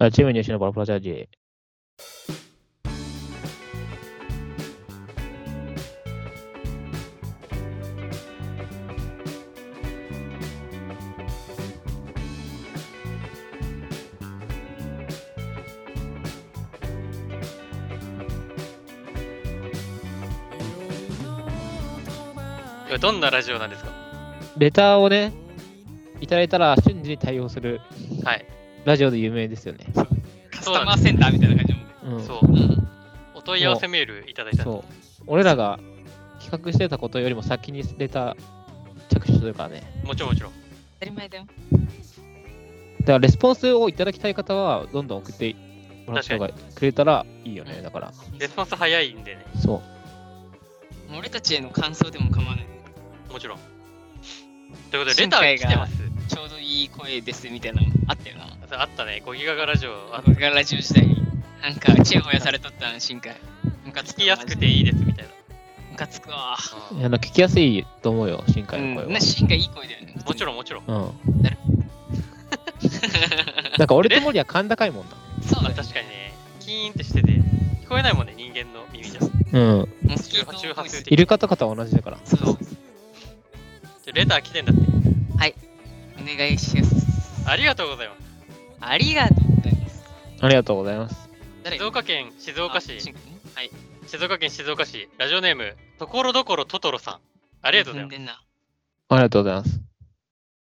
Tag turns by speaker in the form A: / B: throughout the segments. A: 라디오 뉴스는 바로 플라자지.
B: これどんなラジオなんですか
A: レターをね、いただいたら瞬時に対応する
B: はい。
A: ラジオで有名ですよね。
C: カ
B: そ
C: ス
B: うな
C: タ
B: ん
C: マーセンターみたいな感じだもんね。
A: うん、
B: そう。
C: うん。
B: お問い合わせメールいただいたんで
A: そう俺らが企画してたことよりも先にレター着手するからね。
B: もちろんもちろん。
C: 当たり前だよ。
A: だからレスポンスをいただきたい方は、どんどん送ってもらった方がくれたらいいよね。だから、
B: レスポンス早いんでね。
A: そ
C: 俺たちへの感想でも構わない。
B: もちろん。ということで、レター来てます。
C: ちょうどいい声ですみたいなのあったよな。
B: そうあったね。5ギガガラジオ。あ
C: 僕がラジオ時代に、なんか、チヤホヤされとったん、深海。ムカつ
B: 聞
C: く
B: きや
C: わ
B: すくていいですみたいな。
C: ムカつくわ。
A: う。あの聞きやすいと思うよ、新
C: う
A: 海の
C: ん、
A: 声
C: な、深海いい声だよね。
B: うんもち
C: ろん。
B: ろんもちろん。
A: は。うん。 なんか俺と森は甲高いもん
C: そうだ
B: あ
C: ね。
B: 確かにね、キーンってしてて、聞こえないもんね、人間の耳じゃ。
A: な。うん。
C: モスキート
B: 周波数
C: ボイス
B: 的
A: イルカとかとは同じだから。
C: そうそう
B: でレター来てんだって。
C: お願いします。
B: ありがとうございます。
C: ありがとうございます。
A: ありがとうございます。
C: 誰
B: 静岡県静岡市
C: あ、深海ねはい。
B: 静岡県静岡市、ラジオネーム、ところどころトトロさん。あ
C: あ
B: りがとうございます。
C: す。
A: ありがとうございます。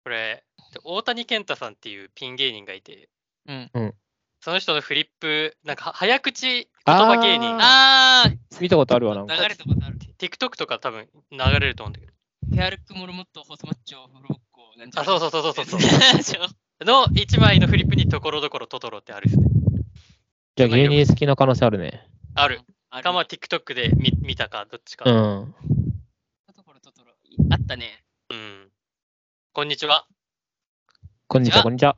B: これ、大谷健太さんっていうピン芸人がいて、
C: うん
A: うん
B: その人のフリップ、なんかは早口言葉芸人、
C: あー、
A: 見たことあるわ、なんか。
C: 流れたことある。
B: TikTok とか多分流れると思うんだけど、
C: ペアルックモルモット、ホスマッチョ、フロッコ、なんちゃ
B: あ、
C: ら
B: そうそうそうそうそう
C: そう。
B: の一枚のフリップにところどころトトロってあるですね。
A: じゃあ芸人好きな可能性あるね。
B: ある。
C: あ
B: かまあ
C: る。
B: TikTok で見見たか、どっち
A: う
B: か。
A: ん。
C: ところととろあったね。
B: うん。こんにちは。
A: こんにちは、こ
C: こ
A: んにちは。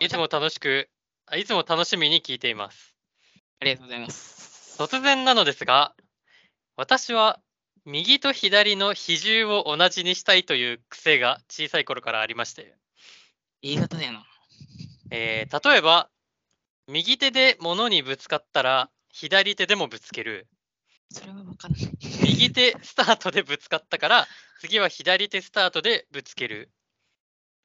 B: いつも楽しく、あいつも楽しみに聞いています。
C: ありがとうございます。
B: 突然なのですが、私は右と左の比重を同じにしたいという癖が小さい頃からありまして、
C: 言い方だよな。
B: えー例えば、右手で物にぶつかったら、左手でもぶつける。
C: それはわかんない。
B: 右手スタートでぶつかったから、次は左手スタートでぶつける。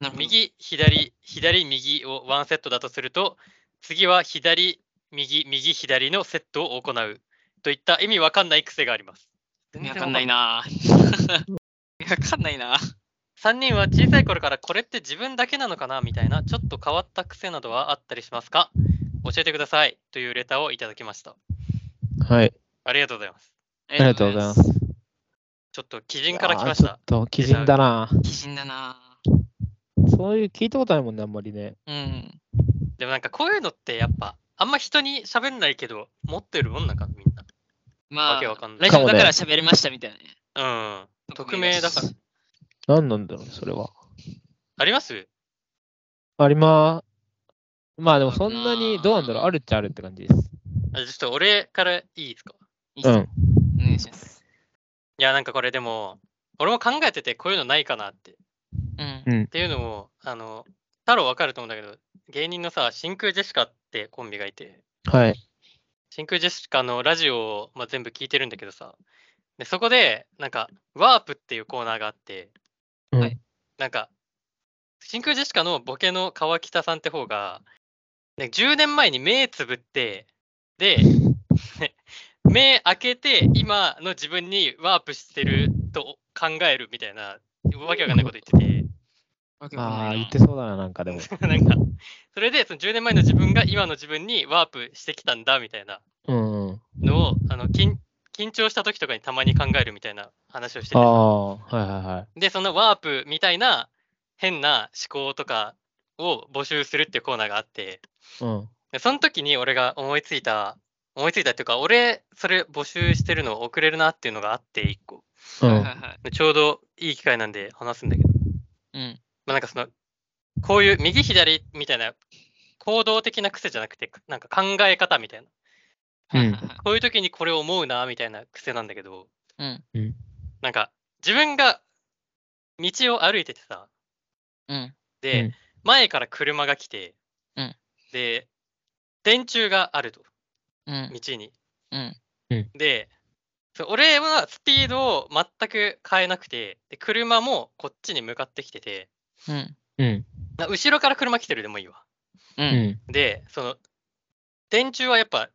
C: なるほど。
B: 右、左、左、右をワンセットだとすると、次は左、右、右、左のセットを行う。といった意味わかんない癖があります。
C: わかんないな。わかんないな。
B: 3人は小さい頃からこれって自分だけなのかなみたいなちょっと変わった癖などはあったりしますか教えてくださいというレターをいただきました。
A: はい。
B: ありがとうございます。
A: あ
C: あ
A: りがとうございます。。
B: ちょっと基人から来ま
A: い
B: し
A: やーちょ
B: た
A: っ。と、基人だな。
C: 基人だな。
A: そういう聞いたことないもんね、あんまりね。
C: うん。
B: でもなんかこういうのってやっぱあんま人に喋んないけど持ってるもんなんかみんな。
C: ま
B: わ
C: あ、
B: けわかんない
C: ラジオだから喋れましたみたいなね。
B: うん。匿名だから。
A: 何なんだろうね、それは。
B: あります
A: ありまーまあでもそんなに、どうなんだろう、あるっちゃあるって感じです。
B: あちょっと俺からいいですか
C: いいっ
A: う
C: す
A: ん
C: ね。お願いします。
B: いやなんかこれでも俺も考えててこういうのないかなって。っ
C: うん。
B: ていうのもあの太郎わかると思うんだけど芸人のさ真空ジェシカってコンビがいて。
A: はい。
B: 真空ジェシカのラジオを、まあ、全部聞いてるんだけどさでそこでなんかワープっていうコーナーがあって、
A: うん
C: はい
B: なんか真空ジェシカのボケの川北さんって方が、ね、10年前に目つぶってで目開けて今の自分にワープしてると考えるみたいなわけわかんないこと言ってて。
C: わけわかん
A: ああ、
C: ない
A: 言
C: な
A: ってそうだな、なんかで も。
B: なんかそれでその10年前の自分が今の自分にワープしてきたんだみたいな
A: うん。あ
B: のをあの緊緊張した時とかにたまに考えるみたいな話をしてて
A: あ
B: さ
A: ー、はいはいはい。
B: でそのワープみたいな変な思考とかを募集するっていうコーナーがあって
A: うん。
B: でその時に俺が思いついた思いついたっていうか俺それ募集してるの遅れるなっていうのがあって1個
C: はい
A: うん
C: は。いはい。
B: でちょうどいい機会なんで話すんだけど、
C: うん。
B: まあ、なんかそのこういう右左みたいな行動的な癖じゃなくてなんか考え方みたいな
A: うん
C: はいはいはい
B: こういう時にこれ思うなみたいな癖なんだけど、
C: うん。
B: なんか自分が道を歩いててさ、
C: うん。
B: で、
A: うん
B: 前から車が来て、
C: うん
B: で、電柱があると、
C: うん。
B: 道に。
C: うん。
B: で、そう俺はスピードを全く変えなくて、で車もこっちに向かってきてて、
C: うん。
A: うん。
B: な後ろから車来てるでもいいわ。
C: う。
A: うんん。
B: で、その、電柱はやっぱ、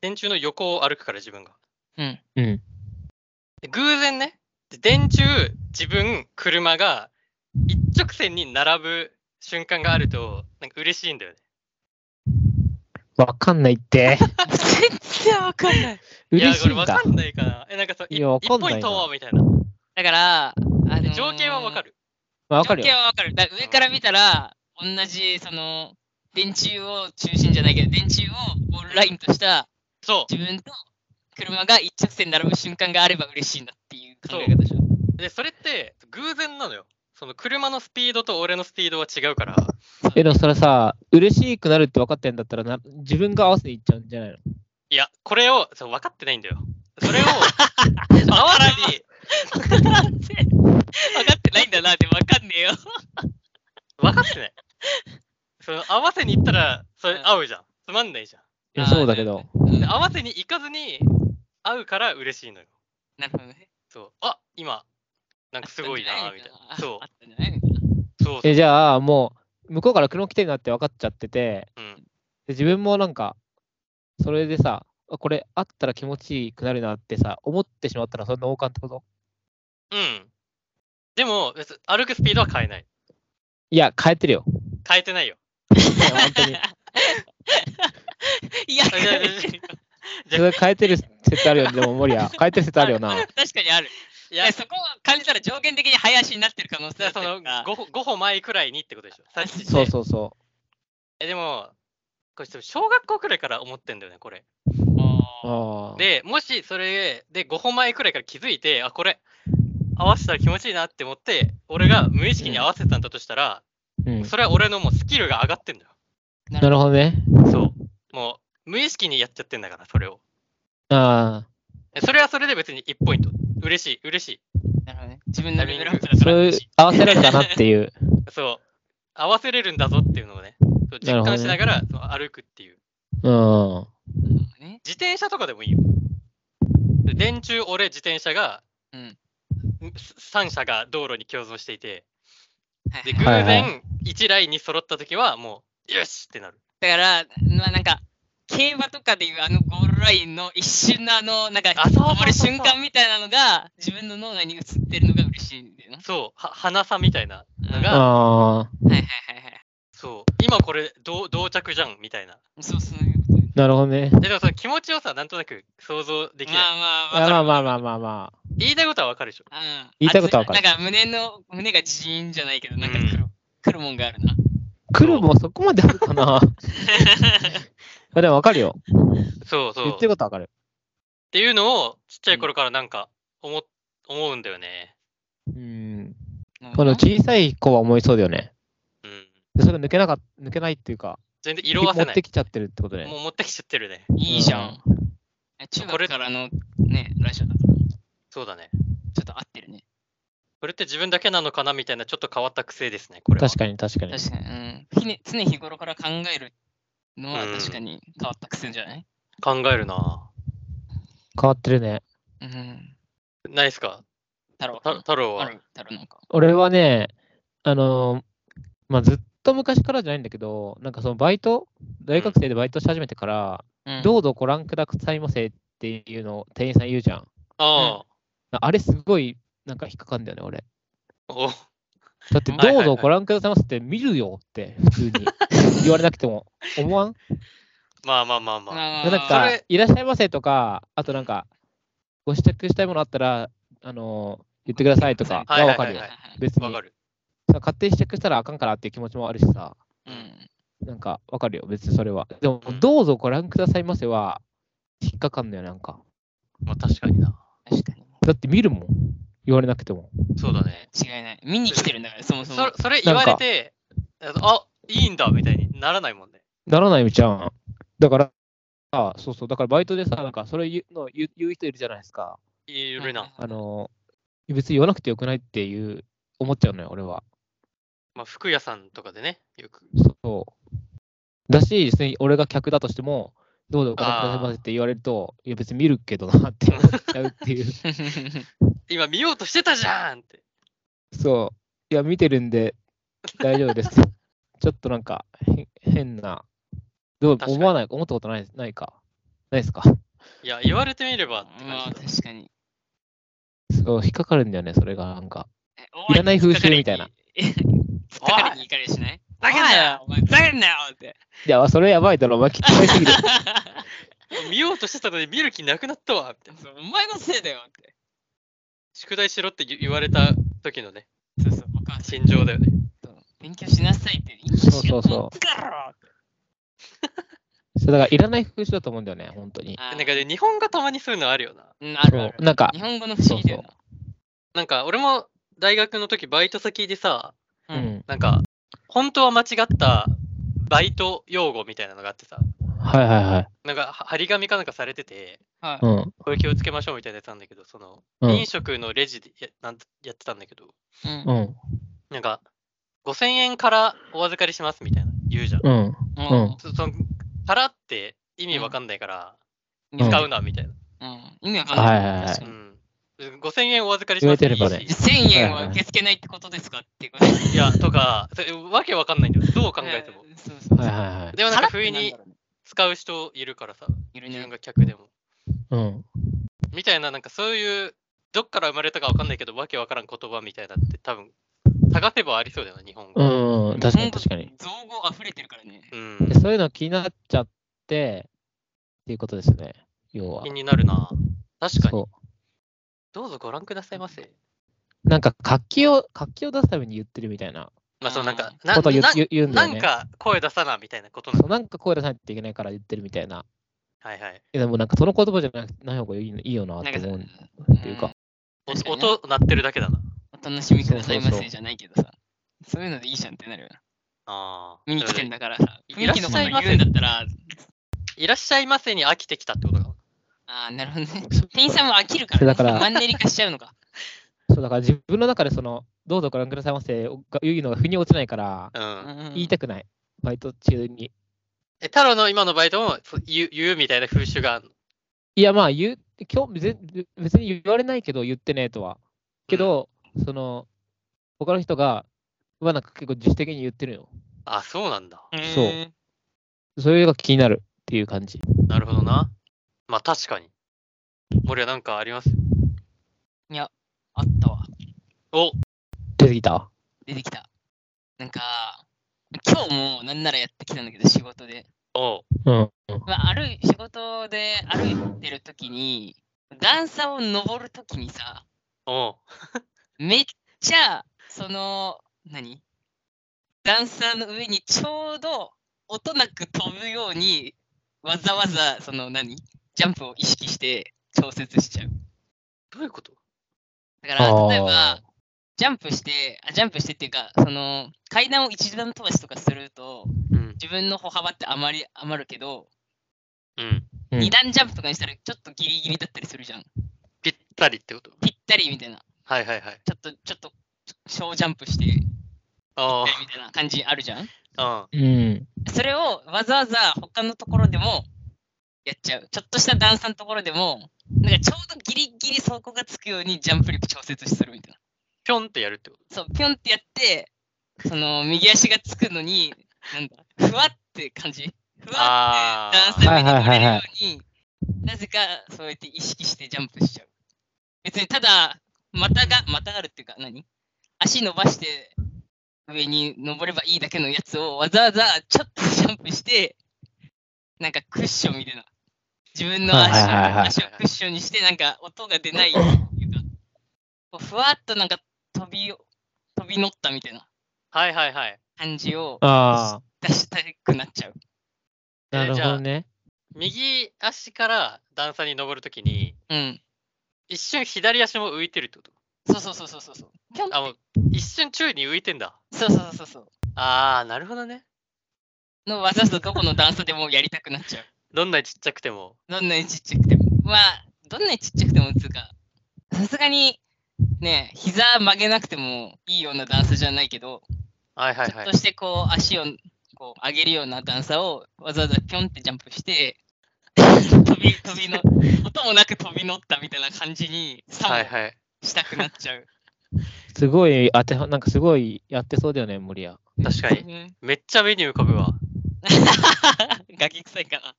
B: 電柱の横を歩くから自分が。
C: うん。
A: うん。
B: で偶然ね、で電柱、自分、車が一直線に並ぶ瞬間があると、なんか嬉しいんだよね。
A: わかんないって。
C: 全然わかんない。
A: 嬉しいん
B: いや、これ
A: だ
B: わか。んないかな。え、なんかそう、
A: いやわか
B: 一
A: んな
B: 本
A: いな
B: に問おうみたいな。
C: だから、あのー
B: 情景はわかる。
A: まあわかる
C: 情景
A: よ。
C: はわかる。だから上から見たら、同じ、その、電柱を中心じゃないけど、電柱をゴールラインとした
B: そ
C: 自分と車が一直線に並ぶ瞬間があれば嬉しいんだっていう考え方でしょ。
B: う。で、それって偶然なのよ。その車のスピードと俺のスピードは違うから。
A: え、でもそれさ、嬉しくなるって分かってんだったらな、自分が合わせていっちゃうんじゃないの
B: いや、これを、そう分かってないんだよ。それ を、合わせに、
C: なんで分かってないんだなって分かんねえよ。
B: 分かってない。その合わせに行ったら、それ合うじゃん。つまんないじゃん。
A: いやそうだけど。
C: うん。
B: で
C: な
B: 合わせに行かずに会うから嬉しいのよ。
C: るほどね。
B: そう。あ今、なんかすごいなみたいな。そ
C: あったんじゃないのかな。
B: う。そうそう。
A: え、じゃあ、もう、向こうから車来てるなって分かっちゃってて、
B: うん。
A: で自分もなんか、それでさ、あこれあったら気持ちいくなるなってさ、思ってしまったらそんな王冠ってこと
B: うん。でも、別に歩くスピードは変えない。
A: いや、変えてるよ。
B: 変えてないよ。
A: いや本 当に。
C: いや、
B: あじゃあじゃあじゃ
A: そ
B: あ
A: れ変えてる説あるよ、でも、森谷。変えてる説あるよ な。
C: 確かにある。
B: い
C: い
B: や、
C: や、
B: そ
C: そこを感じたら上限的に林になってる可能性だった
B: そ
C: り
B: の
C: とか
B: 5, 歩5歩前くらいにってことでしょ。さっき
A: そう
B: う。
A: そうそ
B: え、でも、これちょっと小学校くらいから思ってんだよね、これ。
A: う。
C: あ
A: ああ。
B: で、もしそれで5歩前くらいから気づいて、あ、これ、合わせたら気持ちいいなって思って、俺が無意識に合わせたんだとしたら、
A: うん、
B: それは俺のもうスキルが上がってんだよ。
C: ー
A: なるほどね。
B: そう。もう、無意識にやっちゃってんだから、それを。
A: あ
B: えそれはそれで別に1ポイント。嬉しい、嬉しい。
C: なるほどね。自分のレベルアップ
A: あ。
C: だか
A: そ
C: ら
A: ういう
C: 嬉しい。
A: 合わせられたなって いう。
B: そう。合わせれるんだぞっていうのをね、そ
A: なる
B: う実
A: ほどね
B: 感しながらその歩くっていう。
A: うん。
C: うんね
B: 自転車とかでもいいよ。で電柱、俺、自転車が、
C: うん
B: 3車が道路に共存していて、
C: はい
B: で、
C: は
B: 偶
C: い
A: はいはい
B: 然1ラインに揃った時は、もう、よしってなる。
C: だから、まあなんか、競馬とかでいうあのゴールラインの一瞬のあの、なんか、
B: あそうそうそう
C: 止まる瞬間みたいなのが自分の脳内に映ってるのが嬉しいんだよな。
B: そう、は花さみたいなの
C: あ
B: が、
A: ああ。
C: はいはいはいはい。
B: そう、今これ、どう同着じゃんみたいな。
C: そうそういうこと
A: なるほどね。
B: ででもその気持ちをさ、なんとなく想像でき
C: ま
B: ない。
C: あまあ、
A: まあまあまあ
C: あ。
A: まあまあまあ。
B: 言いたいことはわかるでしょ。
C: うん
A: 言いたいことはわかる
C: 熱いなんか胸の、胸がジーンじゃないけど、なんか
B: うん
C: くる,、くるもんがあるな。
A: 黒もそこまであるか な。まあでもわかるよ。
B: そうそう。
A: 言ってることわかる。
B: っていうのをちっちゃい頃からなんか思,、思うんだよね。
A: うん。
C: うん
A: この小さい子は思いそうだよね。
B: うん。
A: でそれ抜けなか抜けないっていうか、
B: 全然色褪せ
A: 持
B: な
A: っ
B: い。
A: てきちゃってるってことね。
B: もう持ってきちゃってるね。
C: いいじゃん。中
B: これ
C: 学からのね、来週だから、ちょ
B: そうだね。
C: っと合ってるね。
B: これって自分だけなのかなみたいなちょっと変わった癖ですね、これは。
A: 確かに確かに。
C: 確かに、うんひね。常日頃から考えるのは
B: うん
C: 確かに変わった癖じゃない、
B: 考えるな
A: 変わってるね。
C: うん、
B: ぁないっすか
C: 太郎。
B: た太郎
C: あ
B: は。
C: る、太郎なんか。
A: 俺はね、あのーまあ、ずっと昔からじゃないんだけど、なんかそのバイト、大学生でバイトし始めてから、
C: うん
A: どうぞご覧くださいませっていうのを店員さん言うじゃん。
B: あ
A: あれすごいなんか引っかかんだよね、俺。
B: あ、お
A: だって、
C: はい
B: はい
A: ど
B: はいう
A: ぞご覧くださいませって見るよって、普通 に言われなくても思わん
B: まあまあまあまあ。
C: まあ
A: なん
B: そ
A: か
B: れ、
A: いらっしゃいませとか、あとなんか、ご試着したいものあったら、あのー言ってくださいとか
B: はい
A: は
B: はい
A: わ
B: は
A: か
B: い
A: る
B: は
A: よ
B: い。
A: 別に
B: わ、かる。
A: 勝手に試着したらあかんからっていう気持ちもあるしさ。
C: うん
A: なんかわかるよ、別にそれは。でも
B: うん、
A: どうぞご覧くださいませは、引っかかんのよ、なんか。
B: まあ確かにな。
C: 確かに。
A: だって見るもん、言われなくても。
B: そうだね。
C: 違いない。見に来てるんだから、そもそも
B: そ。それ言われて、あいいんだみたいにならないもんね。
A: ならないみちゃん。だから、あそうそう、だからバイトでさ、なんか、それ言うの言う言う人いるじゃないですか。
B: いるな。
A: あの、別に言わなくてよくないっていう、思っちゃうのよ、俺は。
B: まあ服屋さんとかでね、よく。
A: そう。だし、別に俺が客だとしても、どうぞお金くださいませって言われると、いや別に見るけどなって思っちゃうって いう。
B: 今見ようとしてたじゃんって。
A: そう。いや、見てるんで大丈夫 です。ちょっとなんか、へ変な、どう
B: 確かに
A: 思わない、思ったことないないか。ないですか。
B: いや、言われてみればって
C: まあ
B: 感じ。
C: 確かに。
A: そう、引っかかるんだよね、それがなんか。
C: え
A: いらない風習みたいな。
C: お前突っかかりに突っかかりに行かれしない
B: おい
C: だけだよお前ふざけんなよって。
A: いや、それやばいだろ、お前切り替えすぎ る。
B: 見ようとしてたのに見る気なくなったわみたいな。
C: そうお前のせいだよって。
B: 宿題しろって言言われた時のね、
C: そうそう、お母さん。
B: 心情だよね。
C: 勉強しなさいって。今
A: そう
C: しようと思ったから
A: そうだから、いらない風習だと思うんだよね、本当に。
C: あ
B: なんかで日本がたまにそういうのあるよな。
C: うん、あるあ
A: そう
C: る。
A: なんか
C: 日本語の不思議だよな。
B: なんか俺も大学の時バイト先でさ、
A: う。ん。
B: なんか本当は間違ったバイト用語みたいなのがあってさ、
A: はいはいはい。
B: なんかは張り紙かなんかされてて、
C: は
A: う
C: い。
A: ん。
B: これ気をつけましょうみたいなやつなんだけど、その、
A: うん
B: 飲。食のレジでやなんやってたんだけど、
C: うん
A: う
C: うん
A: ん。
B: なんか5000円からお預かりしますみたいな言うじゃん。
A: うん。うん
B: そその、からって意味わかんないから、
A: うん
B: 使うなみたいな。
C: うん意味わかんない。
A: はいはいはい
C: 確か
B: う
C: に
B: ん。5000円お預かりしますでいいし
A: 言われてればね
C: 1000円は受け付けないってことですかっていうこと。
B: いや、とか、それわけわかんないんだよ。どう考えても。
C: えー。そうそう
A: はい
C: そう。
A: はいはい。
B: でもなんか不意に使う人いるからさ、
C: いる
B: 自
C: ね
B: 分。が客でも。
A: うん。
B: みたいな、なんかそういう、どっから生まれたかわかんないけど、わけわからん言葉みたいなって多分、探せばありそうだよな、日本
A: う
B: 語。
A: んうん。確かに確かに。。
C: 造語溢れてるからね。
B: うん。
A: でそういうの気になっちゃって、っていうことですね、要は
B: 気。になるな。確かに。
A: そ
B: どうぞご覧くださいませ。
A: う。なんか活気を、活気を出すために言ってるみたいな
B: まあ、そうなんか、な
A: ことを言,、
B: な
A: 言言うんだ
B: な
A: よ
B: ん
A: ね。
B: か声出さな、みたいなことな
A: そう
B: の。
A: なんか声出さないといけないから言ってるみたいな。
B: はいはい。
A: いやでもなんかその言葉じゃなくない方がいいいいよなっ
C: なん
A: て
C: かさ
A: 思う。
C: うん
A: っていうか
B: お
C: 確かにね
B: 音鳴ってるだけだな。
C: お楽しみくださいま
A: そうそうそ
C: せ
A: う
C: じゃないけどさ。そういうのでいいじゃんってなるよな。
B: ああ。
C: 見に来てんだからさ。雰
B: い
C: 囲
B: らっ
C: 気
B: し
C: のこ
B: ゃいま
C: と
B: せ
C: 言うんだったら、
B: いらっしゃいませに飽きてきたってことか。
C: ああ、なるほどね。店員さんも飽きるから、
A: そ
C: ね。
A: うだから
C: マンネリ化しちゃうのか。
A: そうだから自分の中でその、どうぞご覧くださいませが言うのが腑に落ちないから、
B: うん。
A: 言いたくない。バイト中に。
B: え、太郎の今のバイトもそう言う言うみたいな風習があるの。
A: いやまあ言う、今日ぜ別に言われないけど言ってねえとは。けど、その、他の人が、はなんか結構自主的に言ってるよ。
B: あ、そうなんだ。
C: うん
A: そうそれが気になるっていう感じ。
B: なるほどな。まあ確かに。森はなんかあります
C: あったわ。
B: お
A: 出てきた
C: 出てきた。なんか、今日もなんならやってきたんだけど、仕事で。
B: おう
A: うん。
C: まあ、歩い仕事で歩いてるときに、段差を登るときにさ、
B: おう
C: めっちゃ、その、何段差の上にちょうど音なく飛ぶように、わざわざ、その何ジャンプを意識して調節しちゃう。
B: どういうこと
C: だから、例え
A: あ
C: ば、ジャンプして、あジャンプしてっていうか、その、階段を一段飛ばしとかすると、
B: うん。
C: 自分の歩幅ってあまり余るけど、
B: うん。
A: うん
C: 二段ジャンプとかにしたらちょっとギリギリだったりするじゃん。
B: ぴったりってこと
C: ぴったりみたいな。
B: はいはいはい。
C: ちょっと、ちょっと、小ジャンプして、み
B: あ
C: たいな感じあるじゃん。
B: あ。
A: うん。
C: それをわざわざ他のところでもやっちゃう。ちょっとした段差のところでも、なんかちょうどギリギリそこがつくようにジャンプ力調節するみたいな。
B: ぴょんってやるってこ
C: そう、ぴょんってやって、その右足がつくのに、なんだ、ふわって感じ。ふわ
B: あー
C: って段差に乗れるように、なぜかそうやって意識してジャンプしちゃう。別にただ、股が、股があるっていうか何、足伸ばして上に登ればいいだけのやつをわざわざちょっとジャンプして、なんかクッションみたいな。自分の足,、
A: はいはいはいはい
C: 足をクッションにして、なんか音が出ないようにっていうか、こうふわっとなんか飛びよ飛び乗ったみたいな
B: とはいはいはい。
C: 感じを
A: あ
C: 出したくなっちゃう。
A: あ、なるほどね。
B: 右足から段差に登るときに、
C: うん。
B: 一瞬左足も浮いてるってこ
C: そうそうそうそうそうそう。ぴょんっ
B: とあ、もう
C: て
B: 一瞬宙に浮いてんだ。
C: そうそうそうそう。
B: ああ、なるほどね。
C: のわざわざどこの段差でもやりたくなっちゃう。
B: どんなにちっちゃくても。
C: どんなにちっちゃくても。まあ、どんなにちっちゃくてもつうか、さすがに、ね、膝曲げなくてもいいような段差じゃないけど、
B: はいはいは
C: ち
B: い
C: ょっと。してこう、足をこう上げるような段差をわざわざピョンってジャンプして、 飛び、飛びの、音もなく飛び乗ったみたいな感じに、さ
B: はい
C: も
B: はい。
C: したくなっちゃう。
A: すごい当ては、なんかすごいやってそうだよね、森谷。
B: 確かに。
C: に。
B: めっちゃ目に浮かぶわ。
C: ガキ臭いかな。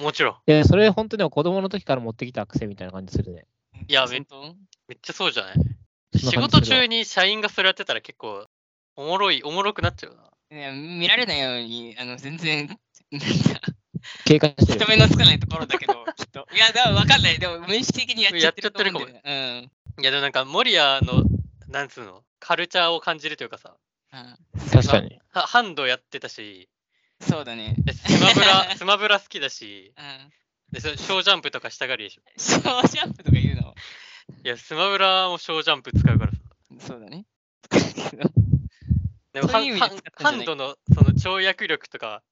B: もちろん。
A: いや、それ本当でも子供の時から持ってきた癖みたいな感じするね。
B: いや
C: 本当
B: めっちゃそうじゃない
A: そん
B: 仕
A: な感
B: 事
A: じするわ
B: 中に社員がそれやってたら結構、おもろい、おもろくなっちゃうな。
C: ね見られないように、あの、全然、 なんか
A: 警戒してる
C: 人。目のつかないところだけど、 きっと。いや、だから分かんない。でも、無意識的にやっちゃってると思うんだよね。
B: いやでもなんか、守谷の、なんつうの、カルチャーを感じるというかさ、
C: うんうん。
A: 確かに。
B: はハンドやってたし、
C: そうだね。
B: でスマブ ラ、スマブラ好きだし、
C: うん。
B: でその小ジャンプとかしたがりでしょ。
C: ショージャンプとか言うの
B: いや、スマブラも小ジャンプ使うからさ。
C: そうだ ね。
B: でも
C: そ
B: ハ
C: ういう
B: ン
C: 意味で
B: ハ
C: 使っ
B: ン
C: たん
B: ハ
C: じゃない
B: ンドのその跳躍力とか、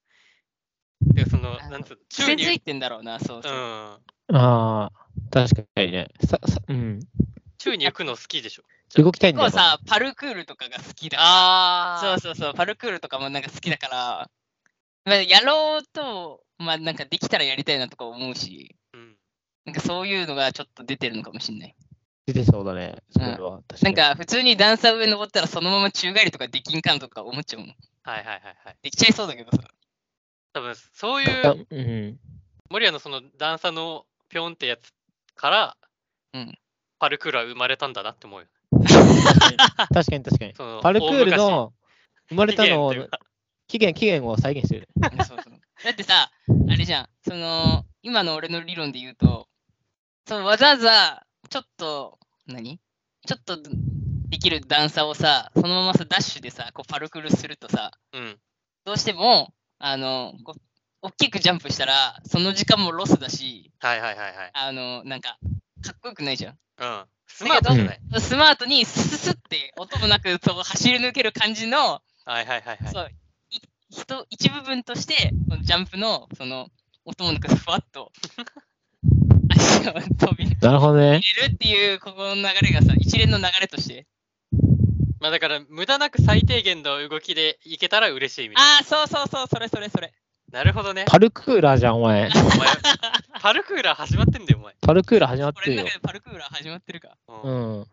B: でその、
C: あの
B: なんつうの、宙
C: 癖
B: に
C: づいてんだろうな、そう
B: う
C: そう。
B: ん、
A: ああ、確かにね。ささうん、
B: 宙に浮くの好きでしょ。
A: 動きたいん
C: 結
A: だ
C: 構
A: よ。
C: さ、パルクールとかが好きだから。
B: あ
C: そうそうそう、パルクールとかもなんか好きだから、まあ、やろうと、まあなんかできたらやりたいなとか思うし、
B: うん
C: なんかそういうのがちょっと出てるのかもしれない。
A: 出てそうだね。それは、確か
C: なん
A: に。
C: か普通に段差上登ったらそのまま宙返りとかできんかんとか思っちゃうもん。
B: はいはいはいはい。
C: できちゃいそうだけどさ。
B: 多分そういう
A: あうん、
B: 守谷のその段差のぴょんってやつから、
C: うん
B: パルクールは生まれたんだなって思うよ。
A: 確かに確かに。
B: その
A: パルクールの生ま
B: 生
A: れたのを
B: 起源というか
A: 期限、期限を再現してる。
C: そうそうだってさ、あれじゃん、その、今の俺の理論で言うと、そうわざわざ、ちょっと、何ちょっとできる段差をさ、そのままさ、ダッシュでさ、こうパルクールするとさ、
B: うん。
C: どうしても、あの、こう大きくジャンプしたら、その時間もロスだし、
B: はいはいはいはい。
C: あの、なんか、かっこよくないじゃ
B: うん。スマートじゃない。
C: ん。スマートにスススって音もなくそう走り抜ける感じの、
B: はいはいはいはい。
C: そうい人一部分として、そのジャンプのその音もなくふわっ と足を飛び入
A: なるほどね。
C: れるっていうここの流れがさ、一連の流れとして。
B: まあだから、無駄なく最低限の動きでいけたら嬉しいみたい
C: ああ、そうそうそう、それそれそれ。
B: な。なるほどね。
A: パルクーラーじゃん、お前。
B: お前、パルクーラー始まってんだよ、お前。
A: パルクーラー始まっ
C: こ
A: て
C: れ
A: る
C: の
A: よ
C: 中。でパルクーラー始まってるか。
B: う。
A: うんん。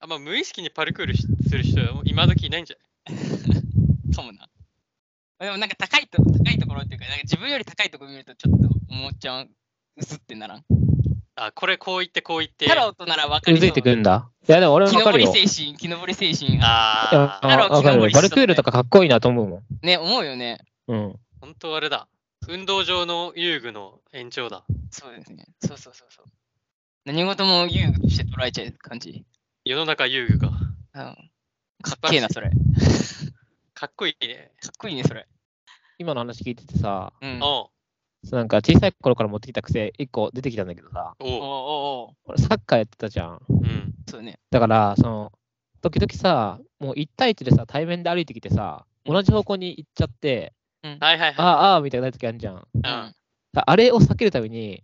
B: あんま無意識にパルクールしする人はもう今時いないんじゃ
C: かもな。でもなんか高いと、高いところっていうか、なんか自分より高いところ見るとちょっと思っちゃう。うすってならん。
B: ないあ、これこう言ってこう言って。
C: 太郎となら分か
A: う
C: り
A: ず
C: そう。
A: いてくんだ。いや、でも俺も
C: 木
A: わか
C: 登
A: る
C: り
A: よ。
C: 精神、木登り精
A: い
C: 神。あ
A: や
B: ああ、
C: 太郎
A: あわか
C: 木登
A: る。
C: りし
A: パ
C: そうだね
A: ルクールとかかっこいいなと思うもん。
C: ね、思うよね。
A: うん。
B: 本当あれだ。運動場の遊具の延長だ。
C: そうですね。そうそうそうそう。何事も遊具として捉えちゃう感じ。
B: 世の中遊具か。
C: うん。かっけえな、それ。か
B: かっこいいね。
C: っこいいね、それ。
A: 今の話聞いててさ、
C: うん。おう
B: お
A: そうなんか小さい頃から持ってきた癖、一個出てきたんだけどさ、
B: うおう
C: おうお
A: 俺サッカーやってたじゃん。
B: うん。うん
C: う。そうね。
A: だから、その、時々さ、もう1対1でさ、対面で歩いてきてさ、同じ方向に行っちゃって、
B: はいはい
A: あ
B: は
A: あ、ああ、みたいになる時あるじゃん。
B: い。
C: う
B: うんん。
A: だあれを避けるために、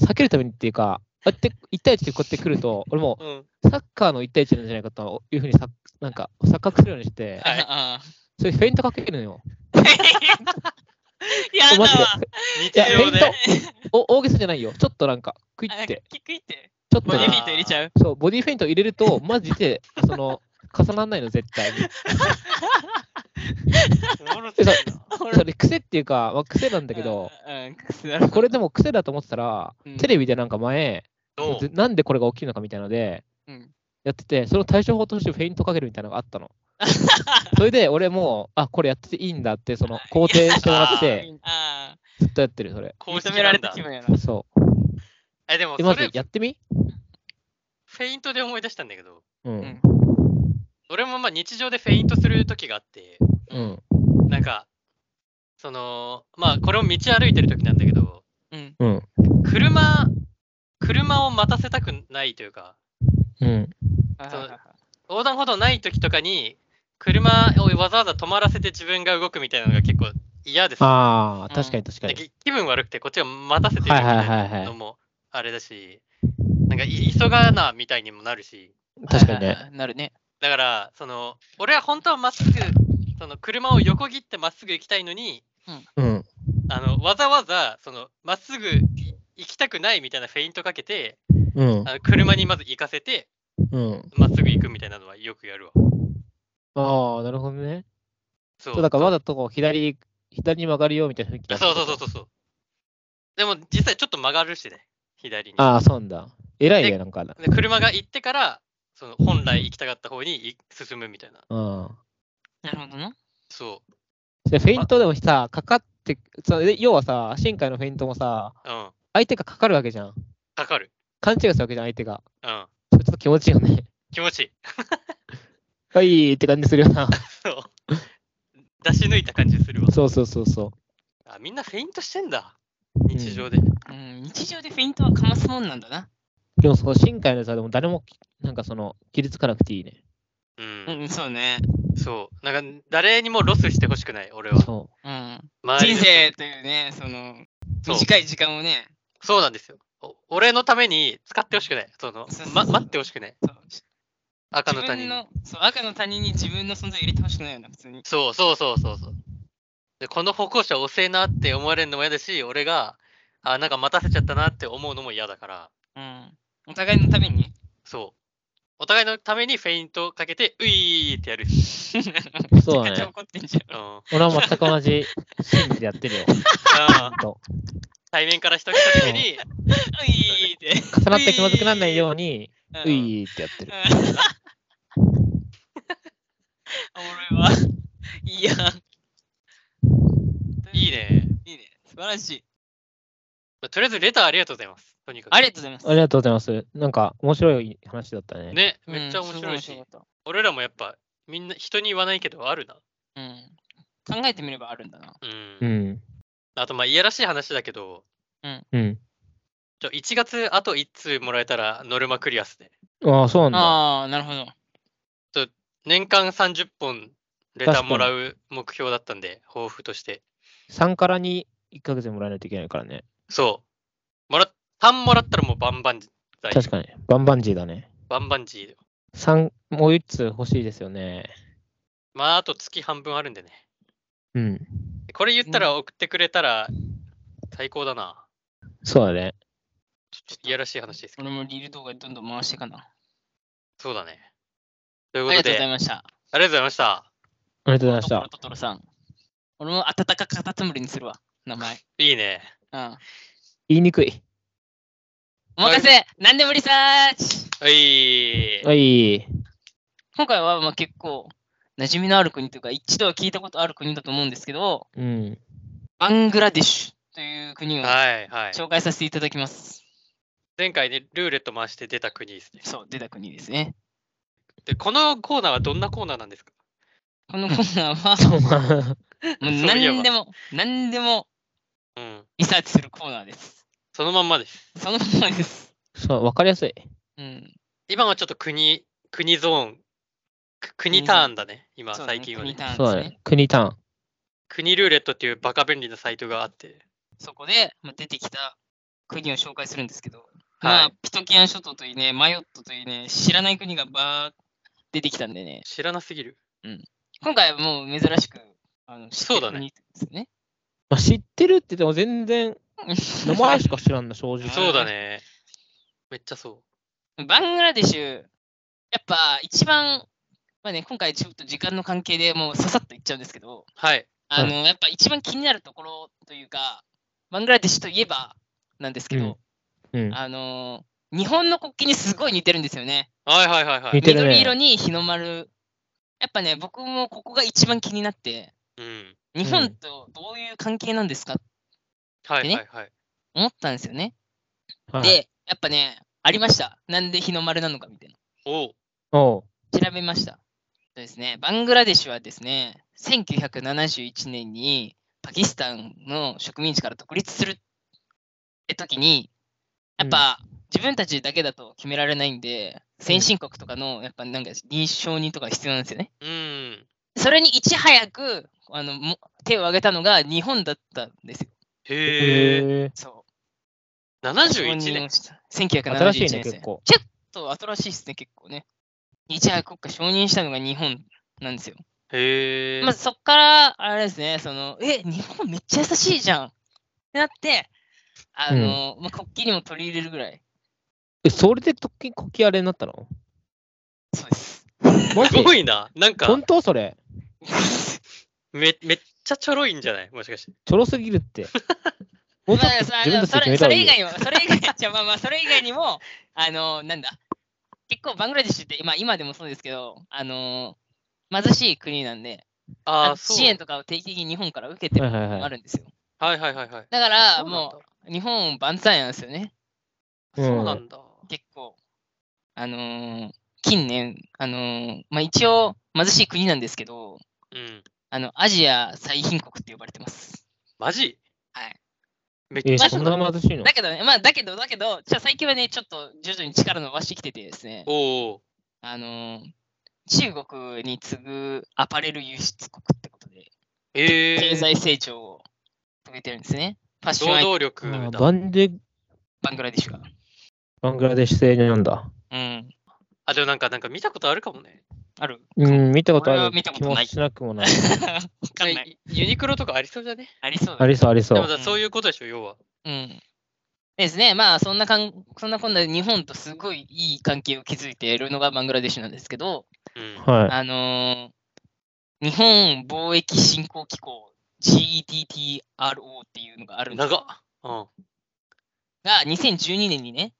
A: 避けるためにっていうか、あって1対1でこうやって来ると、俺も
B: うん、
A: うサッカーの1対1なんじゃないかというふうにさ、なんか、錯覚するようにして、
B: はい
C: ああ
A: それフェイントかけるのよ。
C: やだ
A: マジで
C: わ。
B: 日
A: いや、フェイ
B: 常
A: ン
B: で
A: ト、お大げさじゃないよ。ちょっとなんか、クイ
C: あな
A: っ
C: んか
A: て、
C: キックいって。
A: ちょっと
C: ボディ
A: ね
C: フィート入れちゃう。
A: そう、ボディフェイント入れると、マジで、その、重ならないの、絶対に。
B: おもろすぎるな
A: それ、癖っていうか、まあ、癖なんだけど、
C: うん。うんくすだろ
A: これでも癖だと思ってたら、
C: うん
A: テレビでなんか前、
B: どう
A: なんでこれが起きるのかみたいので、
C: うん
A: やってて、その対処法としてフェイントかけるみたいなのがあ ったの。それで俺もう、あ、これやってていいんだって、その肯定してもらって、
C: ああ。
A: ずっとやってる、それ。
B: こう
C: 認
B: 認
C: め
B: めら
C: られ
B: れ
C: た
B: た
C: 気。分やな。
A: そう。
B: え、でも
A: え、まず
B: それ、
A: やってみ
B: フェイントで思い出したんだけど、
A: う
C: うんん。
B: 俺もまあ日常でフェイントする時があって、
A: うん。
B: なんか、その、まあこれも道歩いてる時なんだけど、
C: うん。
A: うん。
B: 車、車を待たせたくないというか、
A: うん。
C: はいはいはい
B: 横断歩道ない時とかに、車をわざわざ止まらせて自分が動くみたいなのが結構嫌です。
A: あ
C: う
A: あ、
C: ん
A: 確かに確か
B: で
A: に。
B: 気気分悪くてこっちが待たせてるみ
A: はいは
B: た
A: い
B: い
A: はいは
B: ないのもあれだし、なんかい急がなみたいにもなるし、
A: 確かにね。。
C: なるね。
B: だから、その、俺は本当はまっすぐその車を横切ってまっすぐ行きたいのに、
A: うん。
B: あのわざわざそのまっすぐ行きたくないみたいなフェイントかけて、
A: うん。
B: あの車にまず行かせて、
A: うん。
B: まっすぐ行くみたいなのはよくやるわ。
A: ああ、なるほどね。
B: そう
A: そうだからわざとこう左、左に曲がるよみたいな雰囲気
B: あそうそうそうそうそう。でも実際ちょっと曲がるしね、左に。
A: ああ、そうなんだ。偉い
B: で
A: ね、なんかな。
B: で車が行ってから、その本来行きたかった方にい進むみたいな。
A: うん。
C: なるほどな。
B: そ
A: でフェイントでもさ、かかって、そうで要はさ、新海のフェイントもさ、
B: う。うん。
A: 相手がかかるわけじゃん。
B: かかる。
A: 勘違いするわけじゃん、相手が。
B: うん。
A: それちょっと気持ちいいよね。
B: 気持ちいい。
A: はいって感じするよな。
B: そう。出し抜いた感じするわ。
A: そうそうそうそ
B: あ、みんなフェイントしてんだ。日常で。
C: うん、日常でフェイントはかますもんなんだな。
A: う。でもその新海のさ、でも誰も、なんかその、傷つかなくていいね。
B: う。
C: うんん、そうね。
B: そう。なんか、誰にもロスしてほしくない、俺は。
A: そ
C: うん。
B: 周りの
C: 人生というね、その、
B: そう
C: 短い時間をね、
B: そうなんですよ。お俺のために使ってほしくない。その
C: そうそう、
B: ま、
C: そう
B: 待ってほしくない。
C: そう
B: 赤の
C: 自
B: 他人に。
C: 分のそう赤の他人に自分の存在を入れてほしくないよな、普通に。
B: そうそうそうそうそう。で、この歩行者遅えなって思われるのも嫌だし、俺が、あ、なんか待たせちゃったなって思うのも嫌だから、
C: うん。お互いのためにね。
B: そう。お互いのためにフェイントかけて、ういーってやる。
A: う。そう
C: め
A: だ
C: っちゃ
A: ね。
C: 怒ってんじ
B: うん。あ
A: 俺は全く同じ心理でやって るよ。
B: ー
A: と
B: 対面から人来た時に、
C: ゃん。う いーって。
A: 重なって気まずくならないように、ういーってやって
C: うん。
A: る。
C: おもろいわ。いいやん。
B: いい。ね。
C: いいね。素晴らしい。
B: まあとりあえずレターありがとうございます。とにかく。
C: ありがとうございます。
A: ありがとうございます。なんか面白い話だったね。
B: ね、
C: うん
B: めっちゃ面白いし、
C: すごかっ
B: 俺らもやっぱ、みんな人に言わないけどあるな。
C: たうん。考えてみればあるんだな。
B: うん。
A: うん。
B: あと、まあ、いやらしい話だけど、
A: うん。
B: ちょ1月あと1通もらえたらノルマクリアスで。
A: ああ、そうなんだ。
C: ああ、なるほど。
B: 年間30本レタ
A: 確
B: ー
A: かに
B: もらう目標だったんで、抱負として。
A: 3から2、1ヶ月でもらえないといけないからね。
B: そう。もら3もらったらもうバンバンジー。
A: 確かに。バンバンジーだね。
B: バンバンジーだよ。
A: 3、もう1つ欲しいですよね。
B: まあ、あと月半分あるんでね。
A: うん。
B: これ言ったら送ってくれたら最高だな。
A: そうだね。
B: ちょっといやらしい話ですけど。
C: 俺もリール動画どんどん回していかな。あ
B: そうだね。というこ
C: り
B: と
C: がとう
B: で、
C: ござい
B: あ
C: ました。
B: りがとうございました。
A: ありがとうございまし
C: ト
A: た。
C: トロさん。俺も温かカタツムリにするわ。名前。
B: いいね。
C: うん。
A: 言いにくい。
C: お任せ、何でもリサーチ
B: はい。
A: はい。
C: 今回はまあ結構馴染みのある国というか、一度は聞いたことある国だと思うんですけど、
A: うん。
C: バングラディッシュという国を
B: はい、はい。
C: 紹介させていただきます。
B: 前回ね、ルーレット回して出た国ですね。
C: そう、出た国ですね。
B: で、このコーナーはどんなコーナーなんですか
C: このコーナー は、
A: そうな。
C: もう
B: そういえば
C: 何でも、何でも
B: うん。
C: リサーチするコーナーです。
B: そのまんまです。
C: そのままです。
A: そう、わかりやすい。
C: うん。
B: 今はちょっと国、国ゾーン、く国ターンだね、今、
C: そうだね
B: 最近はね
C: 国。ターン
A: そうだ
C: ですね
A: ね。国ターン。
B: 国ルーレットっていうバカ便利なサイトがあって、
C: そこで、まあ、出てきた国を紹介するんですけど、ま
B: は
C: あ、ピトキアン諸島といいね、マヨットといいね、知らない国がバーッ出てきたんでね、
B: 知らなすぎる。
C: 今回はもう珍しく、あの、知って
B: そうだ
C: る
B: ね
C: 国ですね。
A: まあ、知ってるって言っても全然、名前しか知らんな、正直。
C: ん
B: そうだね。めっちゃそ
C: バングラデシュ、やっぱ一番、まあね、今回ちょっと時間の関係でもうささっと言っちゃうんですけど
B: う。、はい。
C: あの、やっぱ一番気になるところというか、バングラデシュといえばなんですけど、
A: うん。
C: あの、日本の国旗にすごい似てるんですよね。
B: はいはいはいは
A: 似
B: い。
A: てるね
C: 緑色に日の丸。やっぱね、僕もここが一番気になって、
B: うん。
C: 日
A: う
C: 本
A: ん
C: とどういう関係なんですかって
B: はい
C: でね
B: はいはい。
C: 思ったんですよね。
A: はい
C: で、やっぱね、ありました。なんで日の丸なのかみたい
B: おう。
A: おう。
C: な。調べました。そうですね、バングラデシュはですね、1971年にパキスタンの植民地から独立するって時に、やっぱ自分たちだけだと決められないんで、先進国とかのやっぱなんか認証人とか必要なんですよね。
B: うん。
C: それにいち早くあのも手を挙げたのが日本だったんですよ。
B: へえ。
A: え。
C: そ
B: 71
C: 承認
B: 年
C: を。した1971
A: 新しいね
C: 年です
A: 結構
C: ちょっと新しいですね、結構ね。いち早く国家承認したのが日本なんですよ。
B: へえ。
C: まずそっから、あれですね、その、え、日本めっちゃ優しいじゃんってなって、あの、まあ、国旗にも取り入れるぐらい。
A: え、それで突起、こきあれになったの
C: そうです。
A: マ
B: す
A: ジ
B: ごいな。なんか
A: 本、当それ。
B: め、めっちゃちょろいんじゃないもしかして。
A: ちょろすぎるって。もう
C: ま
A: ちょっ
C: あ、
A: と
C: そ
A: 自分
C: あ
A: た
C: の
A: ちで決めた
C: それそ
A: ら
C: れ
A: いい
C: 以
A: よ。
C: 外も、それ以外、じゃあまあまあ、それ以外にも、あの、なんだ、結構バングラデシュって、まあ今でもそうですけど、あの、貧しい国なんで、あ
B: あ
C: の
B: あ、そう。
C: 支援とかを定期的に日本から受けて
A: は
C: る
A: いはい
C: のも
A: は
C: あ
A: い。
C: るんですよ。
B: はいはいはいはい。
C: だか
B: そ
C: ら、
B: うなんだ
C: もう、日本万歳なんですよね。
B: そうなんだ。
C: 結構、あのー近年、あのーまあ、一応貧しい国なんですけど、
B: うん。
C: あの、アジア最貧国って呼ばれてます。
B: マジ
C: はい。
B: めっ
A: え、
B: ちゃ
A: そんな貧しいの
C: だけどね、まあ、だけど、だけど、ちょ最近はね、ちょっと徐々に力伸ばしてきててですね、
B: おお。
C: あのー中国に次ぐアパレル輸出国ってことで、
B: え
C: 経
B: ー、
C: 済成長を遂げてるんですね。ファッションア
B: 労
C: イコ
B: 働
C: ン
B: 力
A: あ
B: だ。
A: バンデ
C: バングラデシュが。
A: バングラデシュ製なんだ。
C: うん。
B: あ、でもなんか、なんか見たことあるかもね。
C: ある
A: うん、見たこと
C: 俺
A: あ
C: は
A: る
C: 見たこ
A: 気
C: と
A: も
C: ない
A: しなくもない。
C: わかんない。
B: いユニクロとかありそうだね。
C: ありそうだ
A: あ
C: ね
A: りそう、ありそ
B: でも
A: う。
B: だそういうことでしょ、要は。
C: うん。ですね。まあ、そんなかん、そんなこんなで日本とすごいいい関係を築いているのがバングラデシュなんですけど、
B: うん。
A: は
C: あのー日本貿易振興機構 GETTRO っていうのがあるんです
B: 長っ
C: が、。
B: うん。
C: 2012年にね、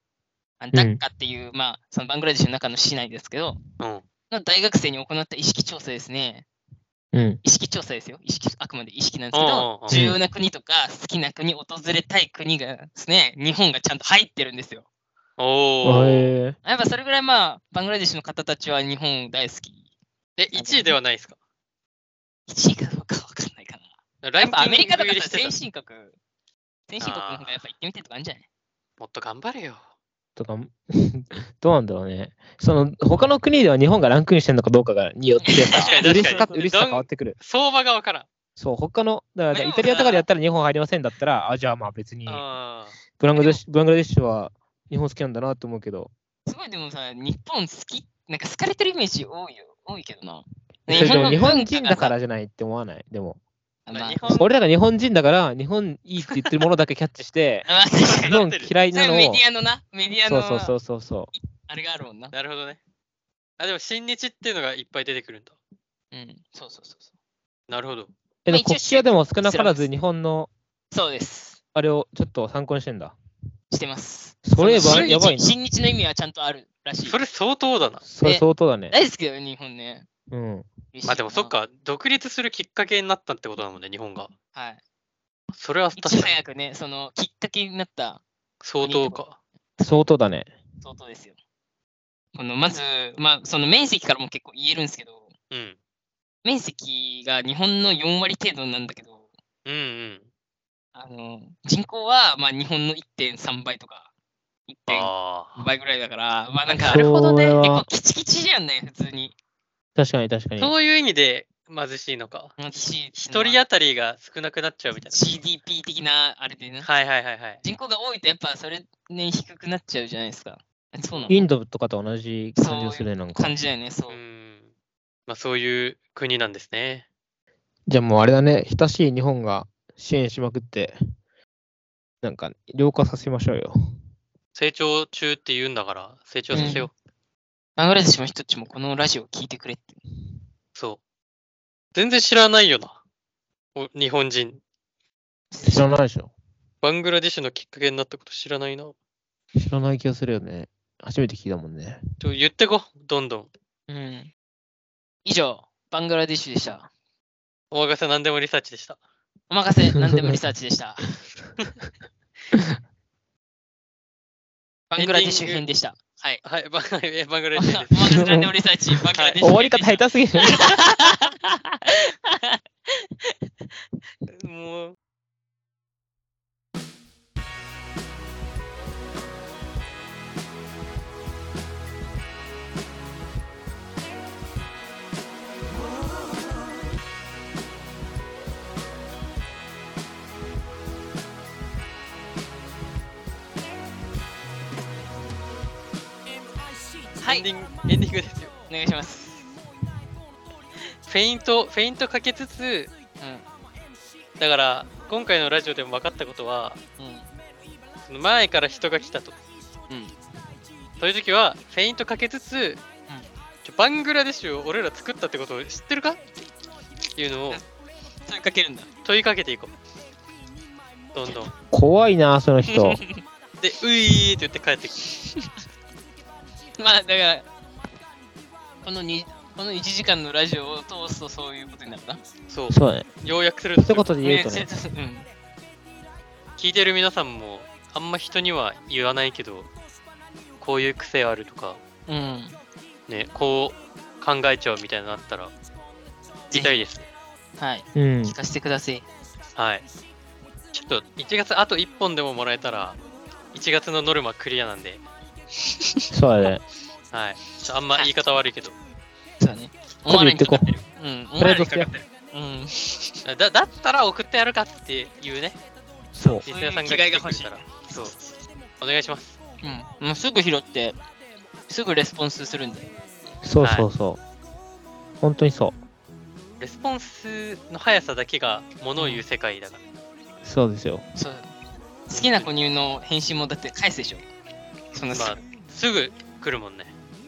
C: あのダッカっていう、まあ、そのバングラデシュの中の市内ですけど、
B: うん。
C: の大学生に行った意識調査ですね。
A: い。うん。
C: 意識調査ですよ。意識、あくまで意識なんですけ
B: うんうん
C: ど
B: うん、
C: 重要な国とか好きな国、訪れたい国がですね、日本がちゃんと入ってるんですよ。
B: おー。
A: へえ
C: やっぱそれぐらいまあ、バングラデシュの方たちは日本大好き。
B: え、1位ではないですか
C: 1位かどうかわかんないかな。
B: ラ
C: や
B: ン
C: っぱアメリカと
B: キング入
C: か
B: り
C: さ
B: してた
C: 先進国、先進国の方がやっぱ行ってみてとかあるんじゃない
B: もっと頑張れよ。
A: とか、 どうなんだろうね。その、他の国では日本がランクインしてるのかどうかがに よってさ
B: 確かに確、かに
A: 嬉しさ、嬉しさ変わってくる。
B: 相場がわからん。
A: そう、他の、だか
C: で
A: ら
C: も
A: イタリアとかでやったら日本入りませんだったら、あ、じゃあまあ別に、
B: あ
A: ブラングラデシュブラングラデシュは日本好きなんだなと思うけど、
C: すごいでもさ、日本好き、なんか好かれてるイメージ多いよ。多いけどな。
A: それでも日本
C: 文化
A: 人
C: が
A: だからじゃないって思わない。でも、
C: さ。まあ、
B: 日本
A: 俺らが日本人だから、日本いいって言ってるものだけキャッチして、
C: まあ確か
A: 日
C: に
A: 本嫌い
C: それ
A: なの
C: メ
A: を
C: デ、ィアのな、メディア
A: そう
C: の
A: そうそうそうそう。
C: あれがあるもんな
B: あ、。なるほどね。あ、でも、新日っていうのがいっぱい出てくるんだ。
C: うん、そうそうそうそう。
B: なるほど。
A: え、
C: ま
A: でも
C: あ一応
A: 国旗はでも少なから
C: 知らないで
A: ず
C: す
A: 日本の
C: そうです。
A: あれをちょっと参考にしてんだ。
C: してます。
A: それば
C: その新日
A: やばいな。
C: 新日の意味はちゃんとあるらしい
B: そ。れ相当だな。
A: それ相当だね。
C: 大好きだよ、日本ね。
A: うん。
B: まあでもそっ。か、独立するきっかけになったってことだもんね、日本が。
C: はい。
B: それはい確
C: ち
B: かに
C: 早くね、そのきっかけになった
B: 相当か。
A: 相当だね。
C: 相当ですよ。このまず、まあ、その面積からも結構言えるんですけど、
B: うん。
C: 面積が日本の4割程度なんだけど、
B: うんうん。
C: あの人口はまあ日本の1.3倍とか、
B: ああ。
C: 1.5倍ぐらいだから、まあなんか、
A: それ
C: 結
A: は
C: 構キチキチじゃんね、普通に。
A: 確かに確かに。
B: そういう意味で貧しいのか。
C: 私、
B: 一人当たりが少なくなっちゃうみたい
C: GDP 的なあれで
B: な。
C: な。
B: はいはいはいはい。
C: 人口が多いとやっぱそれね、低くなっちゃうじゃないですか。そうなの
A: インドとかと同じ感じがするね、なんか
C: 感。じだよね、そう
B: う。ん。まあそういう国なんですね。
A: じゃあもうあれだね、親しい日本が支援しまくって、なんか、良化させましょうよ。
B: 成長中って言うんだから、成長させよう。
C: バングラデシュの人たちもこのラジオを聞いてくれって。
B: そう。全然知らないよな。お日本人。
A: 知らないでしょ。
B: バングラディッシュのきっかけになったこと知らないな。
A: 知らない気がするよね。初めて聞いたもんね。
B: ちょ言ってこ、どんどん。
C: うん。以上、バングラデシュでした。
B: お任せ何でもリサーチでした。
C: お任 せ、何でもリサーチ でした。バングラデシュ編でした。はい。
B: はい、 バンえバング
C: お
B: ラ ディッシュです。
C: 任せ、何でもリサーチ。バングラデシュ編でした
A: 終わり方下手すぎる。
B: もう。
C: はい
B: エンディングエンディングですよ。
C: お願いします。
B: フェイント、フェイントかけつつ、だから、今回のラジオでも分かったことは、
C: うん。うん。
B: その前から人が来たと。
C: うん。
B: そういう時は、フェイントかけつつ、ちょバングラデシュを俺ら作ったってことを知ってるかっていうのを
C: それかけるんだ。
B: 問いかけていこう。どんどん。
A: 怖いな、その人。
B: で、ういーって言って帰ってくる。
C: まあ、だから、このにこの1時間のラジオを通すとそういうことになるな。
B: そ う。
A: そうね。
B: 要約する
A: 一
B: と、
A: 言で言うとね。
C: うん。
B: 聞いてる皆さんも、あんま人には言わないけど、こういう癖あるとか、
C: うん。
B: ね、こう考えちゃうみたいなのあったら、
C: ぜ
B: 見
C: ひ
B: たいですね。
C: はい。
A: うん。
C: 聞かせてください。
B: はい。ちょっと、1月あと1本でももらえたら、1月のノルマクリアなんで、
A: そうだね。
B: はい。ちょっとあんま言い方悪いけど、
C: そうだね。お
A: 今度
C: 前
A: 言っ
C: らに
A: て
C: かか
A: こ
C: ってる。うん。お
A: とりあえ
C: 前ら
A: ず
C: に
A: 来
C: か
A: て
C: かってる。うん。
B: だだったら送ってやるかっていうね、
A: う。そう。
B: リスナーさんが
C: そういう気概が欲しい
B: 来てくれたら。そう。お願いします。
C: うん。もうすぐ拾って、すぐレスポンスするんで。
A: そうそうそう。本当にそ
B: レスポンスの速さだけがものを言う世界だから。
A: う。そうですよ。
C: そう。好きな子入の返信もだって返すでしょ。そんなす
B: まあ、すぐ来るもんね。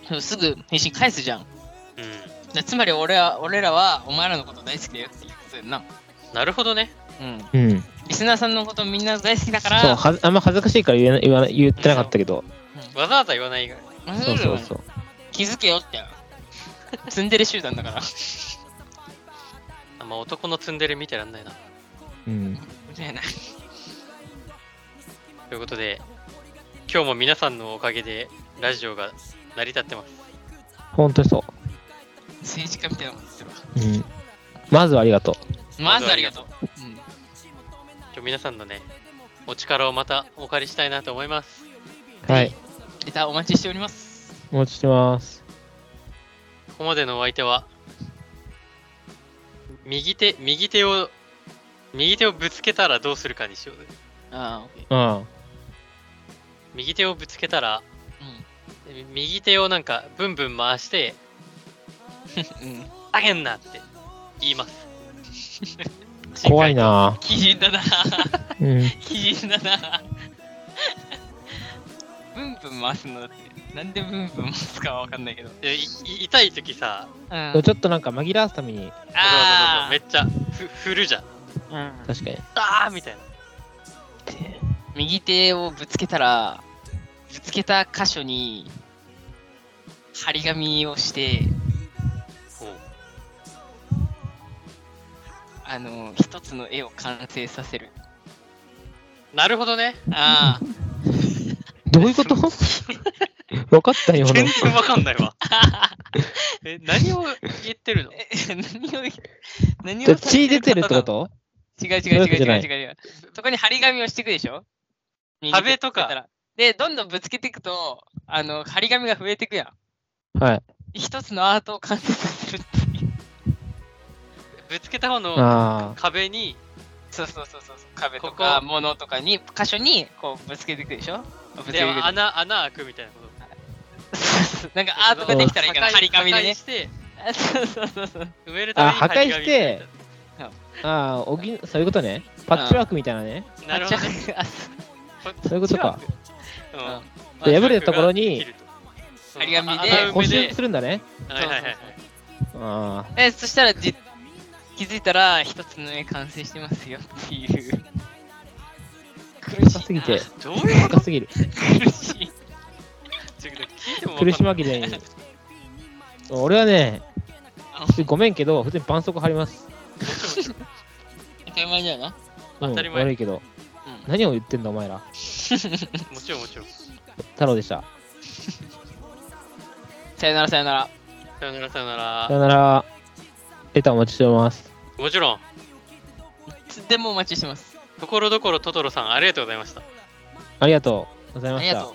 C: そうすぐ返信返すじゃん。
B: うん。
C: じゃあつまり俺は俺らはお前らのこと大好きだよっていうことやんな。
B: なるほどね。
C: うん。
A: うん。
C: リスナーさんのことみんな大好きだから。
A: そうはずあんま恥ずかしいから言えな言わな言ってなかったけど、
B: わざわざ言わないが。
C: うん
A: そうそうそう。
C: 気づけよって。ツンデレ集団だから。
B: あんま男のツンデレ見てらんないな。
A: うん、
C: みたいな。
B: ということで、今日も皆さんのおかげでラジオが成り立ってます。
A: 本当にそ
C: 政治家みたいなことするわ。
A: う。うん、まずはありがと
C: まずありがとう。うん。
B: ちょ皆さんのね、お力をまたお借りしたいなと思います。
A: う。はい、
C: レターお待ちしております。
A: お待ちしてます。
B: ここまでのお相手は、右手、右手を、右手をぶつけたらどうするかにしようぜ。
C: ああ、オッケー。
A: うん、
B: 右手をぶつけたら、
C: う
B: み右手をなんかブンブン回して、
C: ん。うん。
B: あげんなって言います。
A: 怖いな
C: 基人だな。
A: うん、
C: 基人だな。ブンブン回すのだって。なんでブンブン回すかはわかんないけど。うん。
B: いい痛い時さ、
C: あ
A: ちょっとなんか紛らわすために、
B: そう
C: あ
B: そうそうめっちゃふ振るじゃん。
C: ー。うん。
A: 確かに。
B: あーみたいな。
C: 右手をぶつけたらぶつけた箇所に張り紙をして
B: ほう
C: あの一つの絵を完成させる
B: なるほどね。
C: あ
A: どういうこと分かったよ、
B: 全
A: 俺。
B: 然わかんないわ。
C: あ
B: え、何を言ってるの
C: え何を何
A: ちょ
C: を
A: 血出てるってこ
C: さ
A: と
C: れる違う違う
A: そういうこと
C: 違
A: じ
C: う
A: ゃない
C: 違う違うそこに張り紙をしていくでしょ右手
B: 壁とか
C: ぶつけたらでどんどんぶつけていくとあの張り紙が増えていくやん
A: はい。
C: 一つのアートを完成させるっていう
B: ぶつけた方の
A: あ
B: 壁に、
C: そうそうそうそうそう壁と
B: こ
C: か
B: こ
C: 物とかに箇所にこうぶつけていくでしょぶつけて
B: で
C: いくでしょ
B: 穴、穴開くみたいなこと。
C: なんかアートができたらいいかな、
B: 破壊
C: 張り紙で
B: 破壊
C: ね。
B: して、
C: そうそうそう そう。
B: 埋めるため
A: あ、
B: に
A: 破壊
B: 張
A: し
B: り紙みたい
A: て、ああ、おぎそういうことね。パッチワークみたいなね。
B: な。なるほどね。
C: あそう
A: そういうことか。
B: うん
C: あ
A: で破れたところに
B: パッチワークが切ると、
C: 張り紙で
B: 穴
A: 補
B: 埋め
A: 修
B: で、
A: するんだね。
B: はいはいはい。
A: ああ、
C: えそしたらじ気づいたら一つの絵完成してますよっていう。苦
A: 深
C: し
A: すぎ
C: いな。
A: て、
B: どういうこ
A: 深すぎる。
C: 苦しい。
B: とちょっと聞いてもわかん
A: 苦し
B: ない
A: 紛れに。俺はね、ごめんけど、普通に絆創膏貼ります。
C: 当たり前だよな。
A: うん、
B: 当たり前
A: 悪いけど、
C: う
A: 何を言ってんだお前ら
B: もちろん もちろん。
A: 太郎でした
C: さよならさよなら。
B: さよならさよな
A: さよな
B: ら。
A: らレターお待ちしております
B: もちろん、
C: いつでもお待ちしてます。
B: ところどころトトロさんありがとうございました。
A: ありがとうござい
C: あ
A: ま
C: り
A: し
C: が
A: た
C: とう。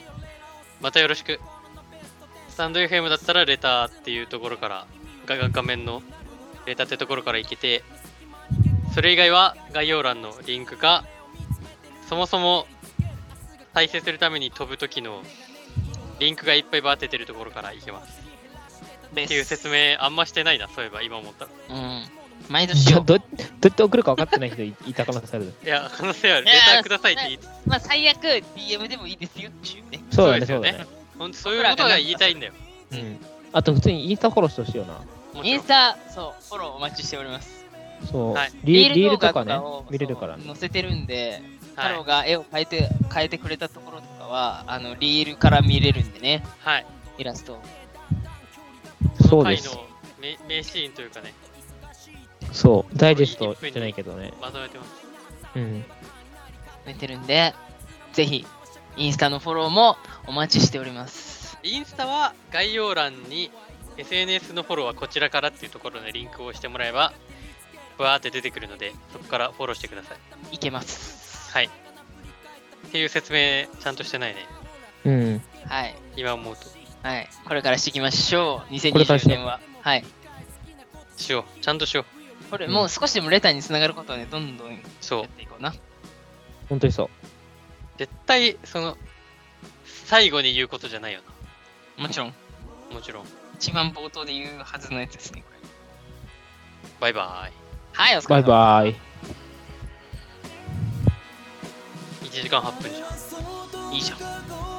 B: またよろしく。スタンド FM だったらレターっていうところから、がが画面のレターってところから行けて、それ以外は概要欄のリンクか、そもそも再生するために飛ぶ時のリンクがいっぱいバーって出てるところから行けます。
C: で
B: っていう
C: す。
B: 説明あんましてないな、そういえば今思った。
C: うん。毎
A: い
C: 年
A: や
C: を。
A: どどうやって送るか分かってない人い いた可能性ある。
B: いや、可能性ある。
C: いや
B: レ
C: ー
B: ターくださいって言い
C: まあ最悪 DM でもいいですよっていうね。
A: そうだね、
B: そ
A: そうう
B: で
A: だ
B: すよ
A: ね。
B: ほんとそういうことが言いたいんだよ。
A: うん。あと、普通にインスタフォローしてほしいよな。
B: もち
C: イン
B: ろん
C: ス。タ、そう、フォローお待ちしております。
A: そう
B: はい。
A: リリールとかね
C: 動画を、
A: 見れるからね
C: そう。載せてるんで、太
B: はい
C: 郎。が絵を変えて変えてくれたところとかは、あのリールから見れるんでね、
B: はい。
C: イラストを。
B: こ
A: そ
B: の
A: うで
B: 回
A: す。
B: の名名シーンというかね、
A: そう。ダイジェストじゃないけどね。
B: まとめてます。
A: うん。
C: 見てるんで、ぜひ、インスタのフォローもお待ちしております。
B: インスタは概要欄に SNS のフォローはこちらからっていうところのリンクを押してもらえば、バーって出てくるので、そこからフォローしてください。
C: いけます。
B: はい。っていう説明、ちゃんとしてないね。
A: うん。
C: はい。
B: 今思うと。
C: はい。これからしていきましょう。
A: これからし
C: 2020
A: よう
C: 年は。はい。
B: しよう。ちゃんとしよう。
C: これ、
A: うん
C: もう少しでもレターにつながることをね、どんどんや
B: そう
C: っ。ていこうな。
A: 本当にそう。
B: 絶対、その、最後に言うことじゃないよ
C: もちろん、
B: な。もちろん。
C: 一番冒頭で言うはずのやつですね。これ
B: バイバ
C: はい、お疲れ
A: バ
C: 様
A: イバイ。
B: ーイ。1時間8分じゃん。
C: いいじゃん。